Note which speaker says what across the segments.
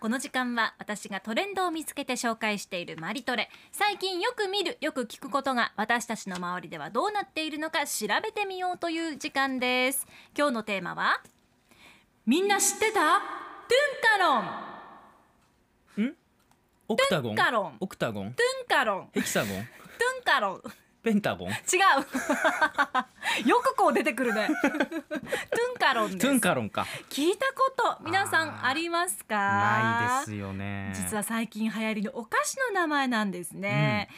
Speaker 1: この時間は私がトレンドを見つけて紹介しているマリトレ最近よく見るよく聞くことが私たちの周りではどうなっているのか調べてみようという時間です今日のテーマはみんな知ってたトゥンカロン
Speaker 2: オクタゴ
Speaker 1: トゥ
Speaker 2: ン
Speaker 1: ンカロン
Speaker 2: オクタゴン
Speaker 1: トゥンカロン
Speaker 2: ヘキサゴン
Speaker 1: トゥンカロン
Speaker 2: ペンタゴン
Speaker 1: 違 うよくこう出てくるねトゥンカロンです
Speaker 2: トゥンカロンか
Speaker 1: 聞いたこと皆さんありますか
Speaker 2: ないですよね
Speaker 1: 実は最近流行りのお菓子の名前なんですね、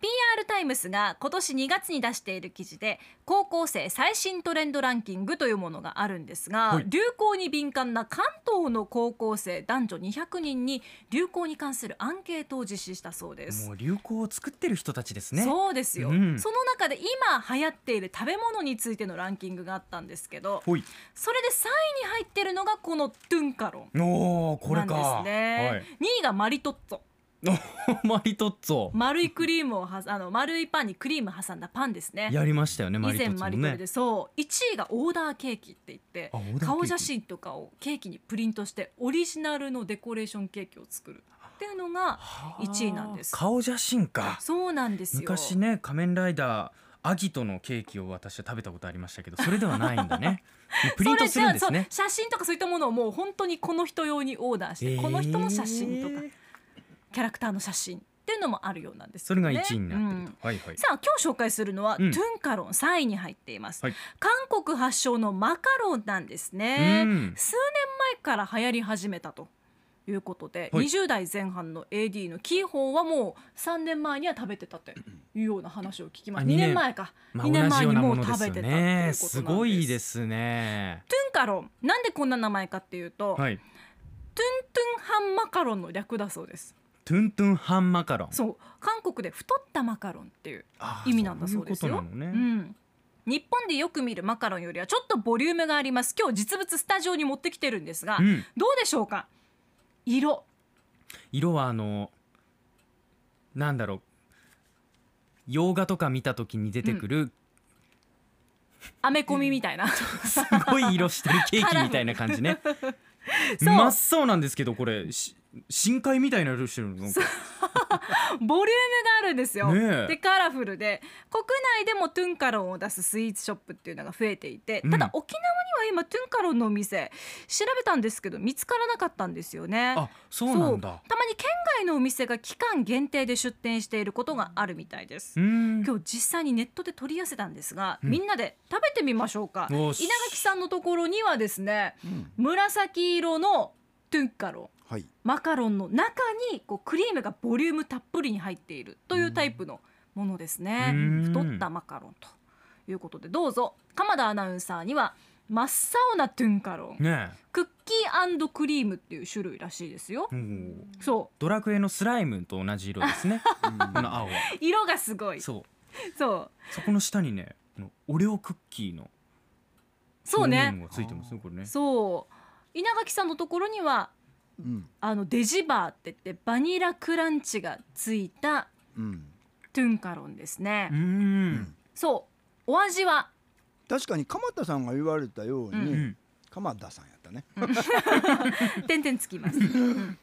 Speaker 1: PR タイムスが今年2月に出している記事で高校生最新トレンドランキングというものがあるんですが、
Speaker 2: はい
Speaker 1: 流行に敏感な関東の高校生男女200人に流行に関するアンケートを実施したそうです。
Speaker 2: もう流行を作ってる人たちですね
Speaker 1: そうですよ、
Speaker 2: うん
Speaker 1: その中で今流行っている食べ物についてのランキングがあったんですけど
Speaker 2: ほい
Speaker 1: それで3位に入ってるのがこのトゥンカロン
Speaker 2: おおこ
Speaker 1: な
Speaker 2: れ
Speaker 1: ん
Speaker 2: か
Speaker 1: ですね、2位がマリトッツォ
Speaker 2: はい、 マリトッツォ
Speaker 1: 丸いクリームをはあの丸いパンにクリーム挟んだパンですね。
Speaker 2: やりましたよねマ
Speaker 1: 以
Speaker 2: リト
Speaker 1: 前
Speaker 2: ッツ
Speaker 1: マ
Speaker 2: ォ
Speaker 1: リ
Speaker 2: も
Speaker 1: ト
Speaker 2: ね
Speaker 1: ルでそう1位がオーダーケーキって言って
Speaker 2: あオーダーケーキ
Speaker 1: 顔写真とかをケーキにプリントしてオリジナルのデコレーションケーキを作るっていうのが一位なんです
Speaker 2: はあ顔写真か
Speaker 1: そうなんですよ
Speaker 2: 昔ね仮面ライダーアギトのケーキを私は食べたことありましたけどそれではないん だねプリントするんですね
Speaker 1: それじゃあそう写真とかそういったものをもう本当にこの人用にオーダーして、この人の写真とか
Speaker 2: えー
Speaker 1: キャラクターの写真っていうのもあるようなんです
Speaker 2: そ
Speaker 1: よ
Speaker 2: れ
Speaker 1: ね
Speaker 2: が1位になって
Speaker 1: う
Speaker 2: る
Speaker 1: ん
Speaker 2: と、はいはい
Speaker 1: さあ今日紹介するのは、
Speaker 2: うん
Speaker 1: トゥンカロン3位に入っています、
Speaker 2: はい
Speaker 1: 韓国発祥のマカロンなんですね、
Speaker 2: うん
Speaker 1: 数年前から流行り始めたということで、
Speaker 2: はい
Speaker 1: 20代前半の AD のキーホンはもう3年前には食べてたというような話を聞きます
Speaker 2: あ
Speaker 1: 2
Speaker 2: 二年
Speaker 1: 年前か、
Speaker 2: まあ、
Speaker 1: 2
Speaker 2: 同
Speaker 1: 年
Speaker 2: じ
Speaker 1: 前
Speaker 2: よう
Speaker 1: に
Speaker 2: な
Speaker 1: も
Speaker 2: も
Speaker 1: う
Speaker 2: ので
Speaker 1: 食
Speaker 2: す
Speaker 1: べ
Speaker 2: よ
Speaker 1: てたっていうことなん
Speaker 2: ね
Speaker 1: です
Speaker 2: すごいですすね
Speaker 1: トゥンカロンなんでこんな名前かっていうと、
Speaker 2: はい
Speaker 1: トゥントゥンハンマカロンの略だそうです
Speaker 2: トゥントゥンハンマカロン
Speaker 1: そう韓国で太ったマカロンっていう
Speaker 2: あー
Speaker 1: 意味なんだそうですよ
Speaker 2: いことなの
Speaker 1: う
Speaker 2: ね、
Speaker 1: ん、日本でよく見るマカロンよりはちょっとボリュームがあります今日実物スタジオに持ってきてるんですが、
Speaker 2: うん、
Speaker 1: どうでしょうか色
Speaker 2: 色はあのなんだろう洋画とか見た時に出てくる、
Speaker 1: アメコミみたい な、
Speaker 2: すごい色してるケーキみたいな感じね
Speaker 1: そう
Speaker 2: 真っ青なんですけどこれし深海みたいな色してるのなんか
Speaker 1: ボリュームがあるんですよ、
Speaker 2: ねえ
Speaker 1: でカラフルで国内でもトゥンカロンを出すスイーツショップっていうのが増えていて、
Speaker 2: うん
Speaker 1: ただ沖縄には今トゥンカロンのお店調べたんですけど見つからなかったんですよね
Speaker 2: あそうなんだ
Speaker 1: たまに県外のお店が期間限定で出店していることがあるみたいです
Speaker 2: うーん
Speaker 1: 今日実際にネットで取り寄せたんですが、
Speaker 2: うん
Speaker 1: みんなで食べてみましょうか稲
Speaker 2: おし
Speaker 1: 垣さんのところにはですね、紫色のトゥンカロン
Speaker 3: はい。
Speaker 1: マカロンの中にこうクリームがボリュームたっぷりに入っているというタイプのものですね、
Speaker 2: うん
Speaker 1: 太ったマカロンということでどうぞ鎌田アナウンサーには真っ青なトゥンカロン
Speaker 2: ね
Speaker 1: クッキークリームっていう種類らしいですよ
Speaker 2: えうん
Speaker 1: そ
Speaker 2: ドラクエのスライムと同じ色で すねこの青
Speaker 1: う
Speaker 2: は
Speaker 1: 色がすごいそう
Speaker 2: そう
Speaker 1: そう
Speaker 2: そこの下にねこのオレオクッキーの
Speaker 1: ね
Speaker 2: 表面がついてますねこれね
Speaker 1: そう稲垣さんのところには
Speaker 3: うん。
Speaker 1: あのデジバーって言ってバニラクランチがついた
Speaker 3: うん。
Speaker 1: トゥンカロンですね、
Speaker 2: うーん
Speaker 1: そうお味は
Speaker 3: 確かに鎌田さんが言われたように、
Speaker 1: う
Speaker 2: うん
Speaker 3: 鎌田さんやったね。
Speaker 1: 点々つきます、うん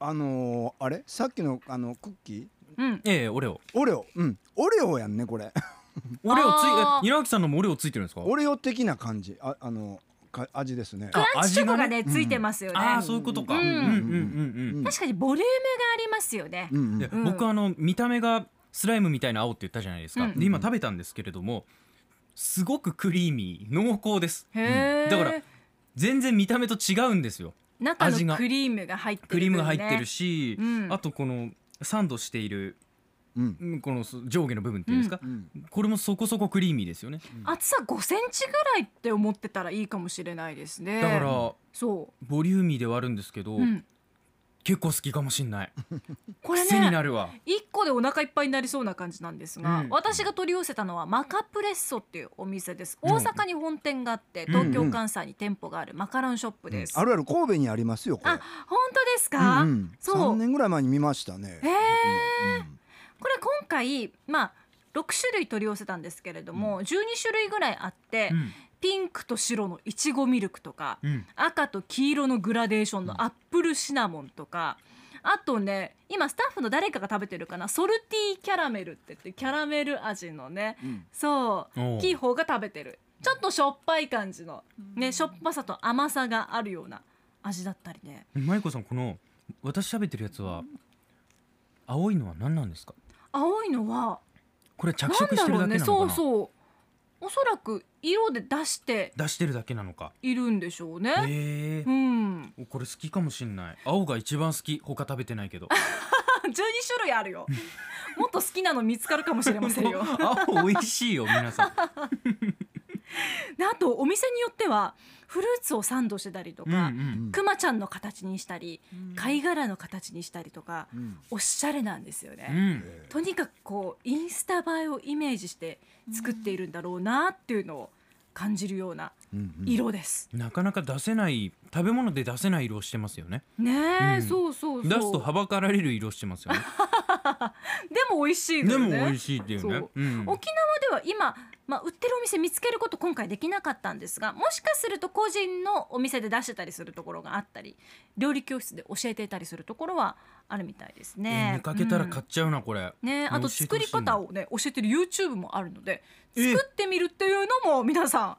Speaker 3: あのー、あれさっきのあのクッキー
Speaker 1: うん、
Speaker 2: ええオレオ
Speaker 3: オレオ。うん。オレオやんねこれ。
Speaker 2: オレオつい
Speaker 1: あー
Speaker 2: え稲垣さんのもオレオついてるんですか
Speaker 3: オレオ的な感じ。ああのか味ですね。
Speaker 1: ク
Speaker 2: あ
Speaker 1: ランチチョコがね
Speaker 3: 味がね
Speaker 1: ついてますよね、
Speaker 2: ああそういうことか
Speaker 1: う
Speaker 2: うんんうんうん
Speaker 3: うん
Speaker 1: 確かにボリュームがありますよね、
Speaker 3: うんう
Speaker 2: うん
Speaker 3: ん
Speaker 2: で
Speaker 1: うん
Speaker 2: 僕あの見た目がスライムみたいな青って言ったじゃないですか
Speaker 1: うん
Speaker 2: で今食べたんですけれどもすごくクリーミー濃厚です
Speaker 1: へえ、
Speaker 2: だから全然見た目と違うんですよ
Speaker 1: 中
Speaker 2: 味
Speaker 1: の
Speaker 2: が
Speaker 1: クリームが入ってる、ね、
Speaker 2: クリームが入ってるし
Speaker 1: うん
Speaker 2: あとこのサンドしている
Speaker 3: うん。
Speaker 2: うんこの上下の部分っていうんですか
Speaker 3: うん。
Speaker 2: これもそこそこクリーミーですよね
Speaker 1: 厚さ5センチぐらいって思ってたらいいかもしれないですね
Speaker 2: だから
Speaker 1: そ
Speaker 2: ボリューミーではあるんですけど
Speaker 1: う、うん、
Speaker 2: 結構好きかもしんない
Speaker 1: これね
Speaker 2: 癖になるわ
Speaker 1: 1個でお腹いっぱいになりそうな感じなんですが、
Speaker 2: うん
Speaker 1: 私が取り寄せたのはマカプレッソっていうお店です
Speaker 2: うん
Speaker 1: 大阪に本店があって
Speaker 2: うん
Speaker 1: 東京関西に店舗があるマカロンショップです、
Speaker 3: あるある神戸にありますよこれ
Speaker 1: あ。本当ですか、
Speaker 3: うんうん。
Speaker 1: そう
Speaker 3: 三年ぐらい前に見ましたね。
Speaker 1: へえ
Speaker 3: うん
Speaker 1: これ今回まあ6種類取り寄せたんですけれども、12種類ぐらいあって、
Speaker 2: うん
Speaker 1: ピンクと白のいちごミルクとか、
Speaker 2: うん
Speaker 1: 赤と黄色のグラデーションのアップルシナモンとか、あとね今スタッフの誰かが食べてるかなソルティーキャラメルって言ってキャラメル味のね
Speaker 3: うん
Speaker 1: そう
Speaker 2: おう
Speaker 1: キーホーが食べてるちょっとしょっぱい感じの、ね、しょっぱさと甘さがあるような味だったりね
Speaker 2: マリコさんこの私喋ってるやつは青いのは何なんですか
Speaker 1: 青いのは
Speaker 2: これ着
Speaker 1: なん
Speaker 2: 色し
Speaker 1: だ
Speaker 2: てる
Speaker 1: ろう
Speaker 2: だけ
Speaker 1: ね
Speaker 2: なのか
Speaker 1: そう
Speaker 2: な
Speaker 1: そうおそらく色で出して
Speaker 2: 出してるだけなのか
Speaker 1: いるんでしょう
Speaker 2: へ
Speaker 1: ね。
Speaker 2: え
Speaker 1: うん、
Speaker 2: おこれ好きかもしんない青が一番好き他食べてないけど
Speaker 1: 12種類ある よ。もっと好き なの見つかるかもしれません よ。
Speaker 2: 青美味しいよ皆さん
Speaker 1: であとお店によってはフルーツをサンドしてたりと
Speaker 2: うんう
Speaker 1: か、
Speaker 2: ん
Speaker 1: くまちゃんの形にしたり、貝殻の形にしたりとか、
Speaker 3: うん
Speaker 1: おしゃれなんですよ
Speaker 2: う
Speaker 1: ね。
Speaker 2: ん
Speaker 1: とにかくこうインスタ映えをイメージして作っているんだろうなっていうのを感じるような
Speaker 3: うんうん
Speaker 1: 色です。
Speaker 2: なかなか出せない食べ物で出せない色をしてますよね
Speaker 1: ねえ、
Speaker 2: うん
Speaker 1: そうそうそう。
Speaker 2: 出すとはばかられる色してま すよね
Speaker 1: でも美味しいの
Speaker 2: で
Speaker 1: よ
Speaker 2: も
Speaker 1: ね。
Speaker 2: 美味しいっていう
Speaker 1: そ
Speaker 2: ね
Speaker 1: う
Speaker 2: うん
Speaker 1: 沖縄では今、まあ、売ってるお店見つけること今回できなかったんですがもしかすると個人のお店で出してたりするところがあったり料理教室で教えていたりするところはあるみたいです
Speaker 2: え
Speaker 1: ね。
Speaker 2: ー見かけたら買
Speaker 1: う
Speaker 2: っちゃうなこれ
Speaker 1: んね、あと作り方をね教えてる YouTube もあるので
Speaker 2: え
Speaker 1: 作ってみるっていうのも皆さん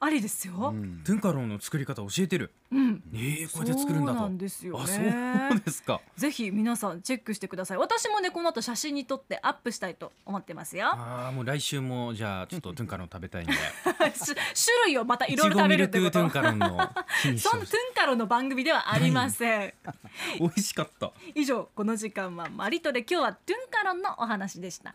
Speaker 1: ありですよ。うん
Speaker 3: うん
Speaker 2: 文化論の作り方教えてるえーこれで作るん
Speaker 1: そ
Speaker 2: だ
Speaker 1: うな
Speaker 2: と
Speaker 1: んですよ
Speaker 2: あ
Speaker 1: ね
Speaker 2: そう ですか
Speaker 1: ぜひ皆さんチェックしてください私もねこの後写真に撮ってアップしたいと思ってますよ
Speaker 2: ああもう来週もじゃあちょっとトゥンカロン食べたいんで
Speaker 1: 種類をま たい
Speaker 2: い
Speaker 1: ろいろ
Speaker 2: ちご
Speaker 1: 食べ
Speaker 2: ミ
Speaker 1: るっ
Speaker 2: ル
Speaker 1: てこ
Speaker 2: クトゥ
Speaker 1: と
Speaker 2: ンカロンの日にし て
Speaker 1: そん
Speaker 2: ほ
Speaker 1: なト
Speaker 2: し
Speaker 1: ゥンカロの番組ではありません。
Speaker 2: い美味しかった
Speaker 1: 以上この時間はマリトレ今日はトゥンカロンのお話でした。